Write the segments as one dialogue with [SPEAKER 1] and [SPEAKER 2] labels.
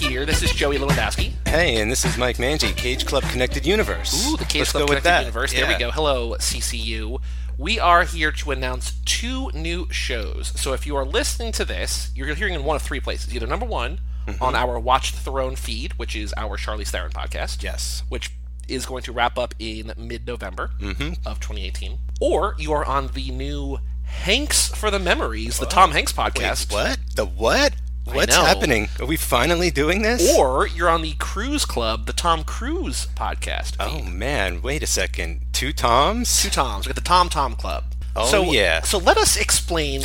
[SPEAKER 1] here. This is Joey Lewandowski.
[SPEAKER 2] Hey, and this is Mike Manji, Cage Club Connected Universe.
[SPEAKER 1] Ooh, the Cage
[SPEAKER 2] Let's
[SPEAKER 1] Club
[SPEAKER 2] go with
[SPEAKER 1] Connected
[SPEAKER 2] that.
[SPEAKER 1] Universe.
[SPEAKER 2] Yeah.
[SPEAKER 1] There we go. Hello, CCU. We are here to announce two new shows. So if you are listening to this, you're hearing in one of three places. Either number one,
[SPEAKER 2] Mm-hmm.
[SPEAKER 1] on our Watch the Throne feed, which is our Charlie Theron podcast.
[SPEAKER 2] Yes.
[SPEAKER 1] Which is going to wrap up in mid November
[SPEAKER 2] Mm-hmm.
[SPEAKER 1] of 2018. Or you are on the new Hanks for the Memories, the Tom Hanks podcast.
[SPEAKER 2] What? The what? What's
[SPEAKER 1] know.
[SPEAKER 2] happening? Are we finally doing this?
[SPEAKER 1] Or you're on the Cruise Club, the Tom Cruise podcast.
[SPEAKER 2] oh man, wait a second. Two Toms?
[SPEAKER 1] Two Toms. We got the Tom Tom Club.
[SPEAKER 2] Oh,
[SPEAKER 1] so,
[SPEAKER 2] yeah.
[SPEAKER 1] So let us explain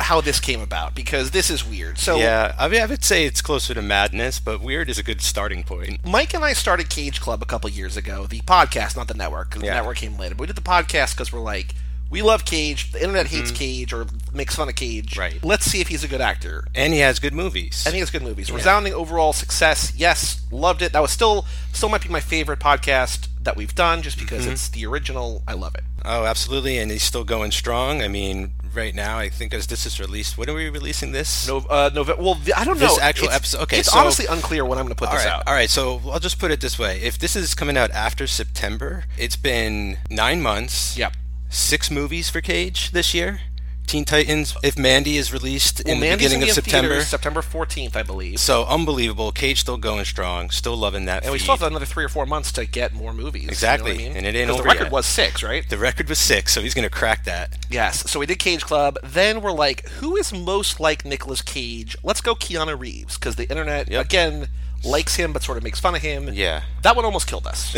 [SPEAKER 1] how this came about because this is weird. So
[SPEAKER 2] Yeah, I mean, I would say it's closer to madness, but weird is a good starting point.
[SPEAKER 1] Mike and I started Cage Club a couple years ago, the podcast, not the network, 'cause
[SPEAKER 2] Yeah.
[SPEAKER 1] the network came later. But we did the podcast because we're like, we love Cage. The internet hates Cage or makes fun of Cage.
[SPEAKER 2] Mm-hmm. Right.
[SPEAKER 1] Let's see if he's a good actor.
[SPEAKER 2] And he has good movies.
[SPEAKER 1] I think it's good movies. Resounding overall success. Yes, loved it. That was still still might be my favorite podcast that we've done just because
[SPEAKER 2] Mm-hmm.
[SPEAKER 1] it's the original. I love it.
[SPEAKER 2] oh, absolutely, and he's still going strong. I mean, right now, I think as this is released, when are we releasing this?
[SPEAKER 1] No, uh, Nove- Well, th- I don't know.
[SPEAKER 2] This actual
[SPEAKER 1] It's-
[SPEAKER 2] episode- okay,
[SPEAKER 1] it's
[SPEAKER 2] so-
[SPEAKER 1] honestly unclear when I'm going to put
[SPEAKER 2] All
[SPEAKER 1] this
[SPEAKER 2] right,
[SPEAKER 1] out.
[SPEAKER 2] all right. So I'll just put it this way: if this is coming out after September, it's been nine months.
[SPEAKER 1] Yep.
[SPEAKER 2] Six movies for Cage this year. Teen Titans. If Mandy is released in the
[SPEAKER 1] Mandy's
[SPEAKER 2] beginning
[SPEAKER 1] gonna
[SPEAKER 2] of
[SPEAKER 1] be in
[SPEAKER 2] September,
[SPEAKER 1] theaters September 14th, I believe.
[SPEAKER 2] so unbelievable. Cage still going strong. Still loving that.
[SPEAKER 1] and we
[SPEAKER 2] feed.
[SPEAKER 1] still have another three or four months to get more movies. you know what
[SPEAKER 2] Exactly,
[SPEAKER 1] I mean?
[SPEAKER 2] and it ain't
[SPEAKER 1] 'Cause
[SPEAKER 2] over
[SPEAKER 1] The record
[SPEAKER 2] yet.
[SPEAKER 1] was six, right?
[SPEAKER 2] the record was six, so he's gonna crack that.
[SPEAKER 1] Yes. So we did Cage Club. Then we're like, who is most like Nicolas Cage? Let's go Keanu Reeves because the internet
[SPEAKER 2] Yep.
[SPEAKER 1] again likes him but sort of makes fun of him.
[SPEAKER 2] Yeah.
[SPEAKER 1] That one almost killed us.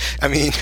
[SPEAKER 2] I mean,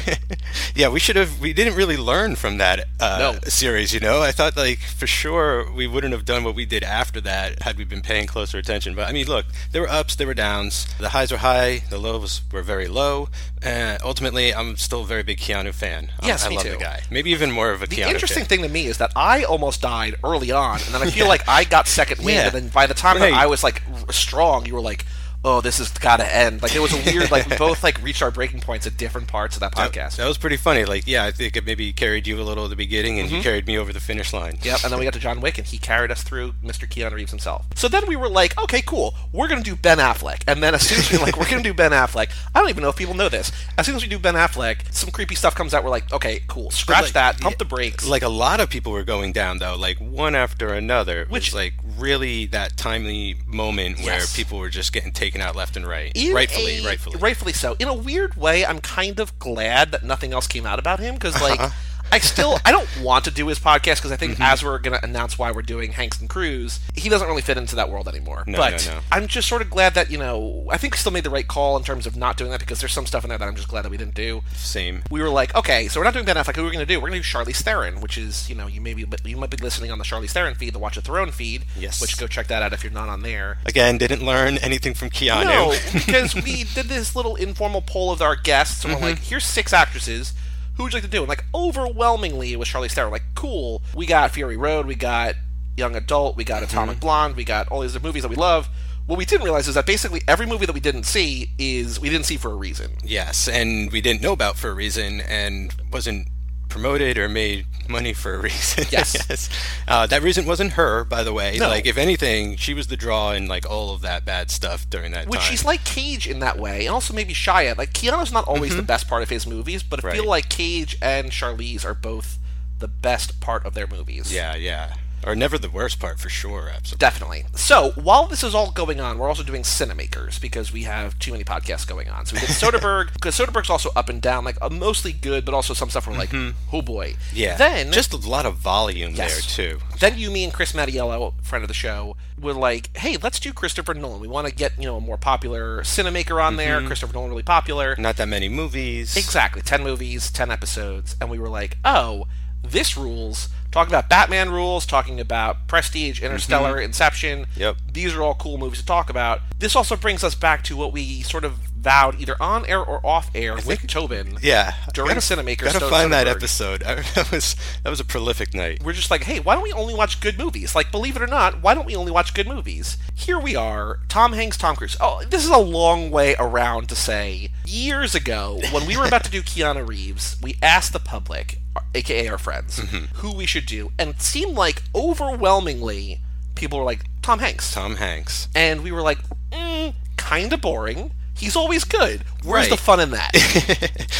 [SPEAKER 2] yeah, we should have. We didn't really learn from that uh,
[SPEAKER 1] No.
[SPEAKER 2] series, you know. I thought like for sure we wouldn't have done what we did after that had we been paying closer attention. But I mean, look, there were ups, there were downs. The highs were high, the lows were very low. And ultimately, I'm still a very big Keanu fan. I-
[SPEAKER 1] Yes,
[SPEAKER 2] I,
[SPEAKER 1] me
[SPEAKER 2] love
[SPEAKER 1] too.
[SPEAKER 2] the guy. Maybe even more of a
[SPEAKER 1] The
[SPEAKER 2] Keanu.
[SPEAKER 1] interesting
[SPEAKER 2] fan.
[SPEAKER 1] thing to me is that I almost died early on, and then I feel like I got second wind,
[SPEAKER 2] Yeah.
[SPEAKER 1] and then by the time that
[SPEAKER 2] Right.
[SPEAKER 1] I was like r- strong, you were like, "Oh, this has got to end." Like it was a weird, like we both like reached our breaking points at different parts of that podcast.
[SPEAKER 2] That was pretty funny. Like, yeah, I think it maybe carried you a little at the beginning,
[SPEAKER 1] Mm-hmm.
[SPEAKER 2] and you carried me over the finish line.
[SPEAKER 1] Yep, and then we got to John Wick, and he carried us through Mr. Keanu Reeves himself. So then we were like, okay, cool, we're gonna do Ben Affleck, and then as soon as we were like, we're gonna do Ben Affleck, I don't even know if people know this. As soon as we do Ben Affleck, some creepy stuff comes out. We're like, okay, cool, scratch
[SPEAKER 2] like,
[SPEAKER 1] that, pump
[SPEAKER 2] yeah,
[SPEAKER 1] the brakes.
[SPEAKER 2] like a lot of people were going down though, like one after another. It
[SPEAKER 1] Which-
[SPEAKER 2] was like really that timely moment where
[SPEAKER 1] Yes.
[SPEAKER 2] people were just getting taken out left and right,
[SPEAKER 1] in
[SPEAKER 2] rightfully,
[SPEAKER 1] a-
[SPEAKER 2] rightfully.
[SPEAKER 1] rightfully so. In a weird way, I'm kind of glad that nothing else came out about him
[SPEAKER 2] Uh-huh.
[SPEAKER 1] because, like, I still I don't want to do his podcast because I
[SPEAKER 2] Mm-hmm.
[SPEAKER 1] think as we're gonna announce why we're doing Hanks and Cruz, he doesn't really fit into that world anymore.
[SPEAKER 2] No,
[SPEAKER 1] but
[SPEAKER 2] no, no.
[SPEAKER 1] I'm just sort of glad that you know I think we still made the right call in terms of not doing that because there's some stuff in there that I'm just glad that we didn't do.
[SPEAKER 2] Same.
[SPEAKER 1] We were like, okay, so we're not doing Ben Affleck. Who are we going to do? We're going to do Charlize Theron, which is, you know, you maybe you might be listening on the Charlize Theron feed, the Watch a Throne feed.
[SPEAKER 2] Yes.
[SPEAKER 1] Which go check that out if you're not on there.
[SPEAKER 2] Again, didn't learn anything from Keanu.
[SPEAKER 1] No, because we did this little informal poll of our guests, and we're
[SPEAKER 2] Mm-hmm.
[SPEAKER 1] like, here's six actresses. Who would you like to do? And like overwhelmingly it was Charlize Theron. Like, cool. We got Fury Road. We got Young Adult. We got
[SPEAKER 2] Mm-hmm.
[SPEAKER 1] Atomic Blonde. We got all these other movies that we love. What we didn't realize is that basically every movie that we didn't see is we didn't see for a reason.
[SPEAKER 2] Yes, and we didn't know about for a reason, and wasn't promoted or made money for a reason. I
[SPEAKER 1] Yes.
[SPEAKER 2] guess. Uh, that reason wasn't her, by the way.
[SPEAKER 1] No.
[SPEAKER 2] Like, if anything, she was the draw in like all of that bad stuff during that
[SPEAKER 1] Which
[SPEAKER 2] time.
[SPEAKER 1] she's like Cage in that way, and also maybe Shia. Like Keanu's not always the best part of his movies, but I feel
[SPEAKER 2] Mm-hmm. Right.
[SPEAKER 1] like Cage and Charlize are both the best part of their movies.
[SPEAKER 2] yeah, yeah, or never the worst part for sure. Absolutely.
[SPEAKER 1] Definitely. So while this is all going on, we're also doing Cinemakers because we have too many podcasts going on. So we did Soderbergh because Soderbergh's also up and down, like uh, mostly good, but also some stuff we're like, oh boy.
[SPEAKER 2] Mm-hmm. Yeah.
[SPEAKER 1] Then
[SPEAKER 2] just a lot of volume
[SPEAKER 1] Yes.
[SPEAKER 2] there too.
[SPEAKER 1] then you, me, and Chris Mattiello, friend of the show, were like, hey, let's do Christopher Nolan. We want to get you know a more popular Cinemaker on there.
[SPEAKER 2] Mm-hmm.
[SPEAKER 1] Christopher Nolan really popular.
[SPEAKER 2] Not that many movies.
[SPEAKER 1] Exactly. 10 movies, 10 episodes. And we were like, oh, this rules. Talking about Batman rules, talking about Prestige, Interstellar, Inception.
[SPEAKER 2] Mm-hmm. Yep.
[SPEAKER 1] These are all cool movies to talk about. This also brings us back to what we sort of vowed either on air or off air with Tobin.
[SPEAKER 2] Yeah.
[SPEAKER 1] During
[SPEAKER 2] gotta,
[SPEAKER 1] Cinemaker,
[SPEAKER 2] Gotta
[SPEAKER 1] Stone
[SPEAKER 2] find that
[SPEAKER 1] Soderbergh.
[SPEAKER 2] episode. I, that was that was a prolific night.
[SPEAKER 1] We're just like, hey, why don't we only watch good movies? Like, believe it or not, why don't we only watch good movies? Here we are, Tom Hanks, Tom Cruise. Oh, this is a long way around to say years ago when we were about to do Keanu Reeves, we asked the public, aka our friends, who we should do, and it seemed like overwhelmingly people were like Tom Hanks,
[SPEAKER 2] Tom Hanks.
[SPEAKER 1] and we were like, mm, kind of boring. He's always good. Where's
[SPEAKER 2] Right.
[SPEAKER 1] the fun in that?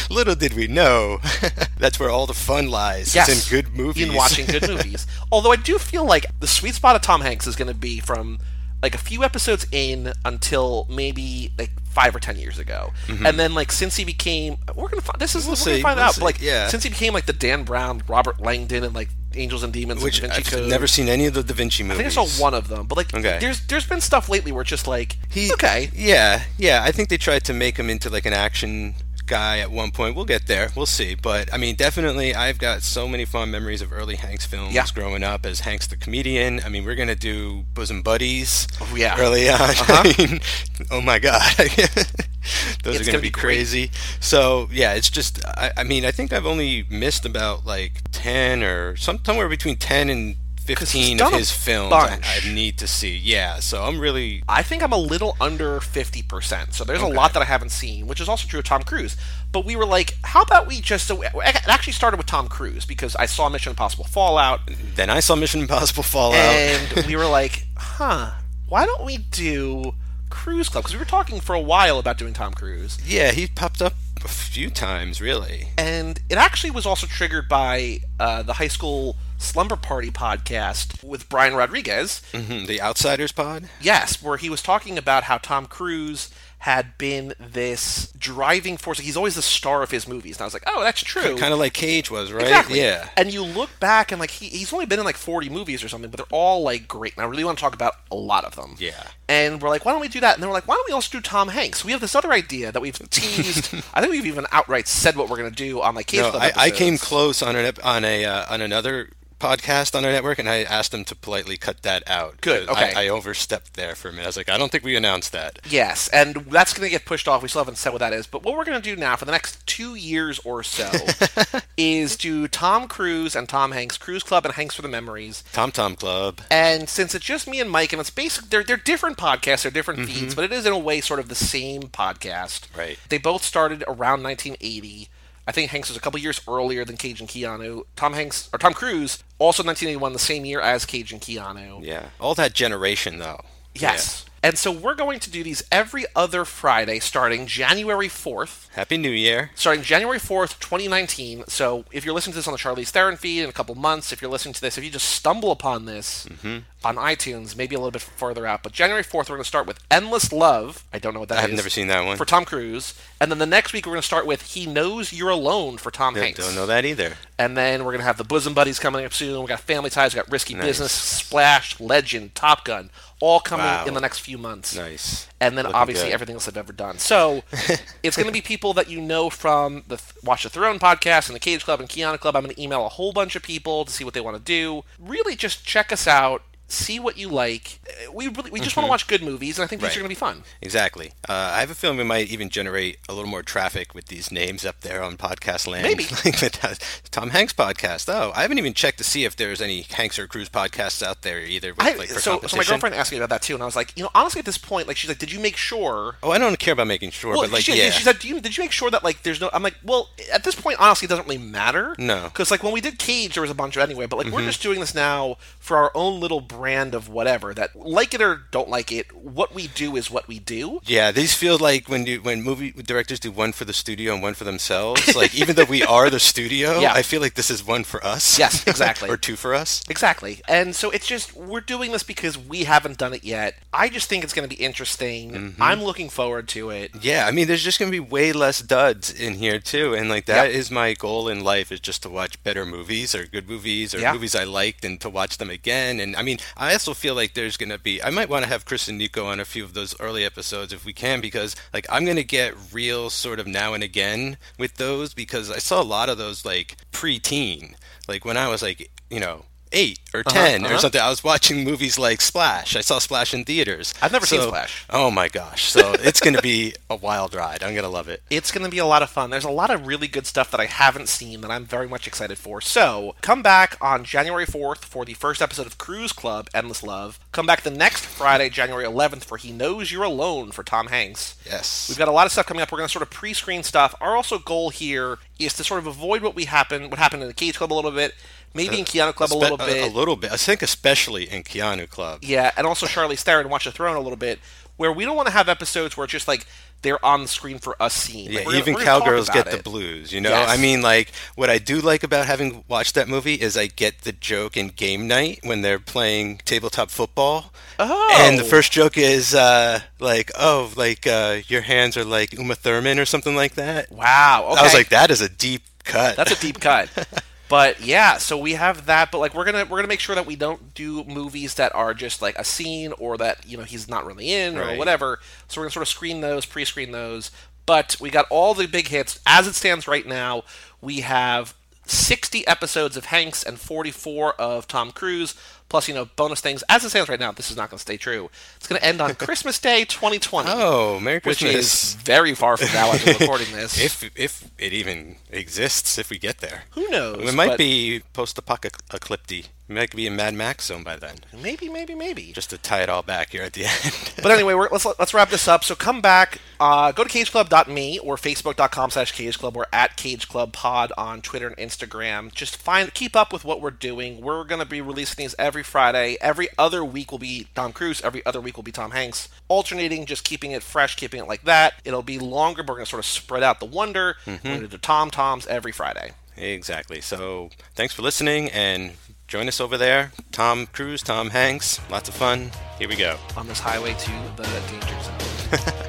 [SPEAKER 2] Little did we know, that's where all the fun lies.
[SPEAKER 1] Yes.
[SPEAKER 2] It's in good movies.
[SPEAKER 1] in watching good movies. Although I do feel like the sweet spot of Tom Hanks is going to be from like a few episodes in until maybe like five or ten years ago, and then like since he became, we're gonna find this is we're gonna
[SPEAKER 2] see,
[SPEAKER 1] find
[SPEAKER 2] Mm-hmm. we'll
[SPEAKER 1] out.
[SPEAKER 2] see,
[SPEAKER 1] But, like
[SPEAKER 2] yeah.
[SPEAKER 1] since he became like the Dan Brown, Robert Langdon, and like Angels and Demons,
[SPEAKER 2] which
[SPEAKER 1] and Da
[SPEAKER 2] I've
[SPEAKER 1] Vinci Code.
[SPEAKER 2] never seen any of the Da Vinci
[SPEAKER 1] I
[SPEAKER 2] movies.
[SPEAKER 1] think I saw one of them, but like
[SPEAKER 2] Okay.
[SPEAKER 1] there's there's been stuff lately where it's just like
[SPEAKER 2] He,
[SPEAKER 1] okay,
[SPEAKER 2] Yeah, yeah. I think they tried to make him into like an action guy at one point. We'll get there. We'll see. But I mean, definitely, I've got so many fond memories of early Hanks films
[SPEAKER 1] Yeah.
[SPEAKER 2] growing up as Hanks the comedian. I mean, we're gonna do bosom buddies.
[SPEAKER 1] Oh, yeah.
[SPEAKER 2] Early on. I mean, oh my god. Those
[SPEAKER 1] It's
[SPEAKER 2] are
[SPEAKER 1] gonna
[SPEAKER 2] gonna
[SPEAKER 1] be
[SPEAKER 2] be
[SPEAKER 1] great.
[SPEAKER 2] crazy. So yeah, it's just. I, I mean, I think I've only missed about like ten or some, somewhere between ten and. 15 of
[SPEAKER 1] done a
[SPEAKER 2] his films I-
[SPEAKER 1] bunch.
[SPEAKER 2] I need to see. Yeah, so I'm really
[SPEAKER 1] I think I'm a little under 50%. So there's a lot that I haven't seen, which is also true of Tom Cruise. But we were like, how about we just. So it actually started with Tom Cruise because I saw Mission Impossible Fallout,
[SPEAKER 2] Then I saw Mission Impossible Fallout.
[SPEAKER 1] and we were like, huh, why don't we do Cruise Club? Because we were talking for a while about doing Tom Cruise.
[SPEAKER 2] yeah, he popped up a few times, really.
[SPEAKER 1] And it actually was also triggered by uh, the high school slumber party podcast with Brian Rodriguez,
[SPEAKER 2] hmm The Outsiders pod.
[SPEAKER 1] Yes, where he was talking about how Tom Cruise had been this driving force. He's always the star of his movies. And I was like, oh, that's true.
[SPEAKER 2] Kind of like Cage was, right?
[SPEAKER 1] Exactly.
[SPEAKER 2] Yeah.
[SPEAKER 1] And you look back and like he, he's only been in like 40 movies or something, but they're all like great. And I really want to talk about a lot of them.
[SPEAKER 2] Yeah.
[SPEAKER 1] And we're like, why don't we do that? And then we're like, why don't we also do Tom Hanks? We have this other idea that we've teased. I think we've even outright said what we're going to do on like Cage
[SPEAKER 2] No,
[SPEAKER 1] Club
[SPEAKER 2] I, I came
[SPEAKER 1] episodes.
[SPEAKER 2] close on an ep- on a uh, on another podcast on our network, and I asked them to politely cut that out.
[SPEAKER 1] Good,
[SPEAKER 2] 'cause
[SPEAKER 1] okay.
[SPEAKER 2] I, I overstepped there for a minute. I was like, I don't think we announced that.
[SPEAKER 1] Yes, and that's going to get pushed off. We still haven't said what that is. But what we're going to do now for the next two years or so is do Tom Cruise and Tom Hanks, Cruise Club and Hanks for the Memories.
[SPEAKER 2] Tom Tom Club.
[SPEAKER 1] And since it's just me and Mike, and it's basically they're they're different podcasts, they're different feeds, but it is in a way sort of the same podcast.
[SPEAKER 2] Mm-hmm. Right.
[SPEAKER 1] They both started around 1980. I think Hanks was a couple years earlier than Cage and Keanu. Tom Hanks or Tom Cruise also 1981, the same year as Cage and Keanu.
[SPEAKER 2] Yeah. All that generation, though.
[SPEAKER 1] Yes. And so we're going to do these every other Friday starting January 4th.
[SPEAKER 2] Yeah. Happy New Year.
[SPEAKER 1] Starting January 4th, 2019. So if you're listening to this on the Charlie's Theron feed in a couple months, if you're listening to this, if you just stumble upon this
[SPEAKER 2] Mm-hmm.
[SPEAKER 1] on iTunes, maybe a little bit further out. But January 4th, we're going to start with Endless Love. I don't know what that is.
[SPEAKER 2] I've never seen that one.
[SPEAKER 1] For Tom Cruise. And then the next week, we're going to start with He Knows You're Alone for Tom Hanks.
[SPEAKER 2] Don't know that either.
[SPEAKER 1] And then we're gonna have the bosom buddies coming up soon. We got Family Ties, we got Risky Business, Splash, Legend, Top Gun, all coming
[SPEAKER 2] Wow.
[SPEAKER 1] in the next few months.
[SPEAKER 2] Nice.
[SPEAKER 1] And then
[SPEAKER 2] Looking
[SPEAKER 1] obviously
[SPEAKER 2] good.
[SPEAKER 1] everything else I've ever done. So it's gonna be people that you know from the Th- Watch the Throne podcast and the Cage Club and Kiana Club. I'm gonna email a whole bunch of people to see what they want to do. Really, just check us out. See what you like. Uh, We really, we just want to watch good movies, and I think these
[SPEAKER 2] Mm-hmm. Right.
[SPEAKER 1] are going to be fun.
[SPEAKER 2] Exactly. Uh, I have a feeling we might even generate a little more traffic with these names up there on podcast land.
[SPEAKER 1] Maybe.
[SPEAKER 2] Like the Tom Hanks podcast. Oh, I haven't even checked to see if there's any Hanks or Cruise podcasts out there either. With,
[SPEAKER 1] I,
[SPEAKER 2] like, for
[SPEAKER 1] so, so my
[SPEAKER 2] competition.
[SPEAKER 1] girlfriend asked me about that too, and I was like, you know, honestly, at this point, like, she's like, did you make sure
[SPEAKER 2] Oh, I don't care about making sure,
[SPEAKER 1] Well,
[SPEAKER 2] but like,
[SPEAKER 1] she,
[SPEAKER 2] yeah.
[SPEAKER 1] she said, Do you, "Did you make sure that like there's no?" I'm like, "Well, at this point, honestly, it doesn't really matter."
[SPEAKER 2] No. Mm-hmm.
[SPEAKER 1] because like when we did Cage, there was a bunch of anyway. But like we're just doing this now for our own little brand of whatever that like it or don't like it. What we do is what we do.
[SPEAKER 2] yeah, these feel like when you when movie directors do one for the studio and one for themselves. Like even though we are the studio,
[SPEAKER 1] Yeah.
[SPEAKER 2] I feel like this is one for us.
[SPEAKER 1] Yes, exactly.
[SPEAKER 2] or two for us.
[SPEAKER 1] Exactly. And so it's just, we're doing this because we haven't done it yet. I just think it's going to be interesting.
[SPEAKER 2] Mm-hmm.
[SPEAKER 1] I'm looking forward to it.
[SPEAKER 2] Yeah, I mean, there's just gonna be way less duds in here too, and like that is my goal in life is just to watch better movies or good movies or
[SPEAKER 1] Yeah.
[SPEAKER 2] movies I liked and to watch them again. And I mean, I also feel like there's gonna be I might want to have Chris and Nico on a few of those early episodes if we can because like I'm gonna get real sort of now and again with those because I saw a lot of those like pre-teen, like when I was like you know. Eight or 10 or
[SPEAKER 1] uh-huh.
[SPEAKER 2] something. I was watching movies like Splash. I saw Splash in theaters.
[SPEAKER 1] I've never seen Splash.
[SPEAKER 2] Oh my gosh. So it's going to be a wild ride. I'm going to love it.
[SPEAKER 1] It's going to be a lot of fun. There's a lot of really good stuff that I haven't seen that I'm very much excited for. So, come back on January 4th for the first episode of Cruise Club Endless Love. Come back the next Friday, January 11th, for He Knows You're Alone for Tom Hanks.
[SPEAKER 2] Yes.
[SPEAKER 1] We've got a lot of stuff coming up. We're going to sort of pre-screen stuff. Our also goal here is to sort of avoid what we happen what happened in the Cage Club a little bit, maybe
[SPEAKER 2] Uh,
[SPEAKER 1] in Keanu Club a little
[SPEAKER 2] Spe-
[SPEAKER 1] bit.
[SPEAKER 2] A, little bit. I think especially in Keanu Club.
[SPEAKER 1] Yeah, and also Charlie Theron Watch the Throne a little bit. where we don't want to have episodes where it's just like they're on the screen for us seeing. Like,
[SPEAKER 2] Yeah,
[SPEAKER 1] we're gonna-
[SPEAKER 2] even
[SPEAKER 1] we're gonna talk
[SPEAKER 2] cowgirls
[SPEAKER 1] about
[SPEAKER 2] get
[SPEAKER 1] it.
[SPEAKER 2] the blues. You know,
[SPEAKER 1] Yes.
[SPEAKER 2] I mean, like what I do like about having watched that movie is I get the joke in game night when they're playing tabletop football.
[SPEAKER 1] Oh.
[SPEAKER 2] And the first joke is uh, like, "Oh, like uh, your hands are like Uma Thurman or something like that."
[SPEAKER 1] Wow. Okay.
[SPEAKER 2] I was like, "That is a deep cut."
[SPEAKER 1] That's a deep cut. but yeah, so we have that. But like, we're gonna we're gonna make sure that we don't do movies that are just like a scene or that you know he's not really in or
[SPEAKER 2] Right.
[SPEAKER 1] whatever. So we're gonna sort of screen those, pre-screen those. But we got all the big hits as it stands right now. We have. 60 episodes of Hanks and 44 of Tom Cruise, plus, you know, bonus things. As it stands right now, this is not going to stay true. It's going to end on Christmas Day 2020,
[SPEAKER 2] oh, Merry
[SPEAKER 1] which
[SPEAKER 2] Christmas!
[SPEAKER 1] is very far from now as we're recording this.
[SPEAKER 2] if if it even exists, if we get there,
[SPEAKER 1] Who knows?
[SPEAKER 2] it might
[SPEAKER 1] But
[SPEAKER 2] be post-apocalyptic. We might be in Mad Max zone by then.
[SPEAKER 1] Maybe, maybe, maybe.
[SPEAKER 2] Just to tie it all back here at the end.
[SPEAKER 1] But anyway, we're, let's let's wrap this up. So come back, uh, go to cageclub.me or facebook.com slash cageclub. We're at cageclubpod on Twitter and Instagram. Just find keep up with what we're doing. We're gonna be releasing these every Friday. Every other week will be Tom Cruise. Every other week will be Tom Hanks. Alternating, just keeping it fresh, keeping it like that. It'll be longer. But we're gonna sort of spread out the wonder. We're gonna do Tom Toms every Friday.
[SPEAKER 2] exactly. So thanks for listening and join us over there. Tom Cruise, Tom Hanks, lots of fun. Here we go.
[SPEAKER 1] on this highway to the danger zone.